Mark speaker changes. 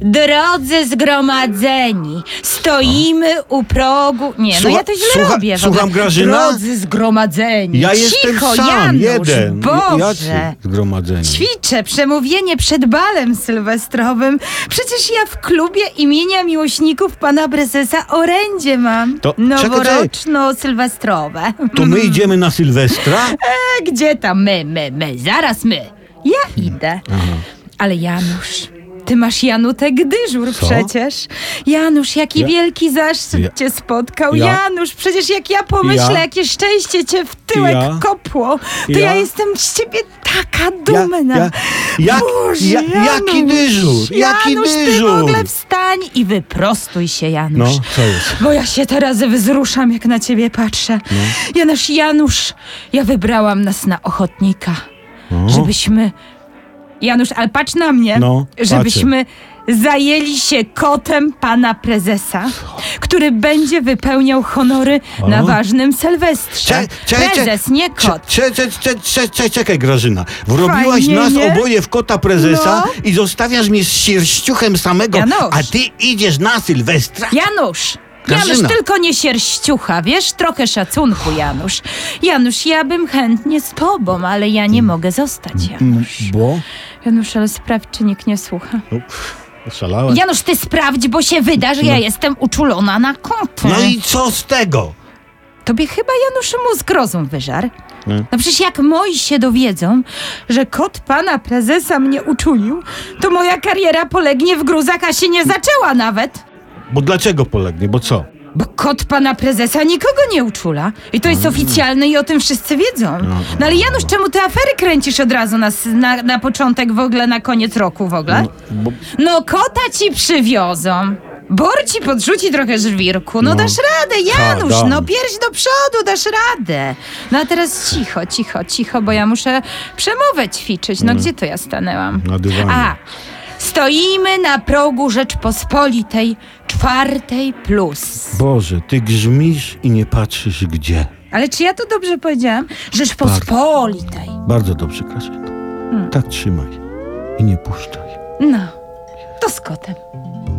Speaker 1: Drodzy zgromadzeni, stoimy u progu. Nie, no
Speaker 2: Słucha-
Speaker 1: ja to źle
Speaker 2: słucha-
Speaker 1: robię. w
Speaker 2: słucham
Speaker 1: ogóle.
Speaker 2: Grażyna?
Speaker 1: Drodzy zgromadzeni.
Speaker 2: Ja jestem
Speaker 1: Cicho,
Speaker 2: sam,
Speaker 1: Janusz,
Speaker 2: jeden.
Speaker 1: Boże.
Speaker 2: Jacy zgromadzeni.
Speaker 1: Ćwiczę przemówienie przed balem sylwestrowym. Przecież ja w klubie imienia miłośników pana prezesa orędzie mam.
Speaker 2: To-
Speaker 1: Noworoczno-sylwestrowe.
Speaker 2: To my idziemy na Sylwestra?
Speaker 1: A gdzie tam my, my, my, zaraz my. Ja
Speaker 2: Hmm.
Speaker 1: idę.
Speaker 2: Mhm.
Speaker 1: Ale Janusz, ty masz Janutek dyżur
Speaker 2: Co?
Speaker 1: przecież. Janusz, jaki
Speaker 2: Ja-
Speaker 1: wielki zaszczyt
Speaker 2: Ja-
Speaker 1: cię spotkał.
Speaker 2: Ja-
Speaker 1: Janusz, przecież jak ja pomyślę,
Speaker 2: Ja-
Speaker 1: jakie szczęście cię w tyłek
Speaker 2: Ja-
Speaker 1: kopło, to ja,
Speaker 2: Ja-
Speaker 1: jestem z ciebie taka dumna.
Speaker 2: ja- jak-
Speaker 1: Boże,
Speaker 2: ja-
Speaker 1: Janusz,
Speaker 2: jaki dyżur? Jaki
Speaker 1: Janusz, ty w
Speaker 2: dyżur?
Speaker 1: ogóle wstań i wyprostuj się, Janusz.
Speaker 2: No, co jest?
Speaker 1: Bo ja się teraz wzruszam, jak na ciebie patrzę. Janusz, Janusz, ja wybrałam nas na ochotnika, żebyśmy... Janusz, ale patrz na mnie,
Speaker 2: No,
Speaker 1: żebyśmy zajęli się kotem pana prezesa, który będzie wypełniał honory na
Speaker 2: O.
Speaker 1: ważnym Sylwestrze.
Speaker 2: Cze- cze- cze-
Speaker 1: Tak, Prezes, nie kot.
Speaker 2: Cze, cze, cze, cze, cze, czekaj, Grażyna. Wrobiłaś
Speaker 1: Fajnie,
Speaker 2: nas
Speaker 1: nie?
Speaker 2: oboje w kota prezesa
Speaker 1: No.
Speaker 2: i zostawiasz mnie z sierściuchem samego,
Speaker 1: Janusz.
Speaker 2: a ty idziesz na Sylwestra?
Speaker 1: Janusz! Janusz,
Speaker 2: Grażyna.
Speaker 1: tylko nie sierściucha, wiesz? Trochę szacunku, Janusz. Janusz, ja bym chętnie z tobą, ale ja
Speaker 2: Mm.
Speaker 1: nie mogę zostać, Janusz.
Speaker 2: Bo?
Speaker 1: Janusz, ale sprawdź, czy nikt nie słucha.
Speaker 2: Szalałem.
Speaker 1: Janusz, ty sprawdź, bo się wyda, że ja jestem uczulona na kąpę.
Speaker 2: No i co z tego?
Speaker 1: Tobie chyba, Januszu, mózg rozum wyżar.
Speaker 2: No.
Speaker 1: No przecież jak moi się dowiedzą, że kot pana prezesa mnie uczulił, to moja kariera polegnie w gruzach, a się nie zaczęła nawet.
Speaker 2: Bo dlaczego polegnie? Bo co?
Speaker 1: Bo kot pana prezesa nikogo nie uczula. I to jest oficjalne i o tym wszyscy wiedzą. Mm. No ale Janusz, czemu te afery kręcisz od razu na, s- na, na początek w ogóle, na koniec roku w ogóle?
Speaker 2: Bo,
Speaker 1: No kota ci przywiozą. Bor ci podrzuci trochę żwirku. No, dasz radę, Janusz,
Speaker 2: dam.
Speaker 1: no pierś do przodu, dasz radę. No a teraz cicho, cicho, cicho, bo ja muszę przemowę ćwiczyć. No gdzie to ja stanęłam?
Speaker 2: Na dywanie.
Speaker 1: A, stoimy na progu Rzeczpospolitej czwartej plus.
Speaker 2: Boże, ty grzmisz i nie patrzysz gdzie.
Speaker 1: Ale czy ja to dobrze powiedziałam? Rzeczpospolitej.
Speaker 2: Bardzo dobrze, Grażyna. Tak trzymaj i nie puszczaj.
Speaker 1: No, to z kotem.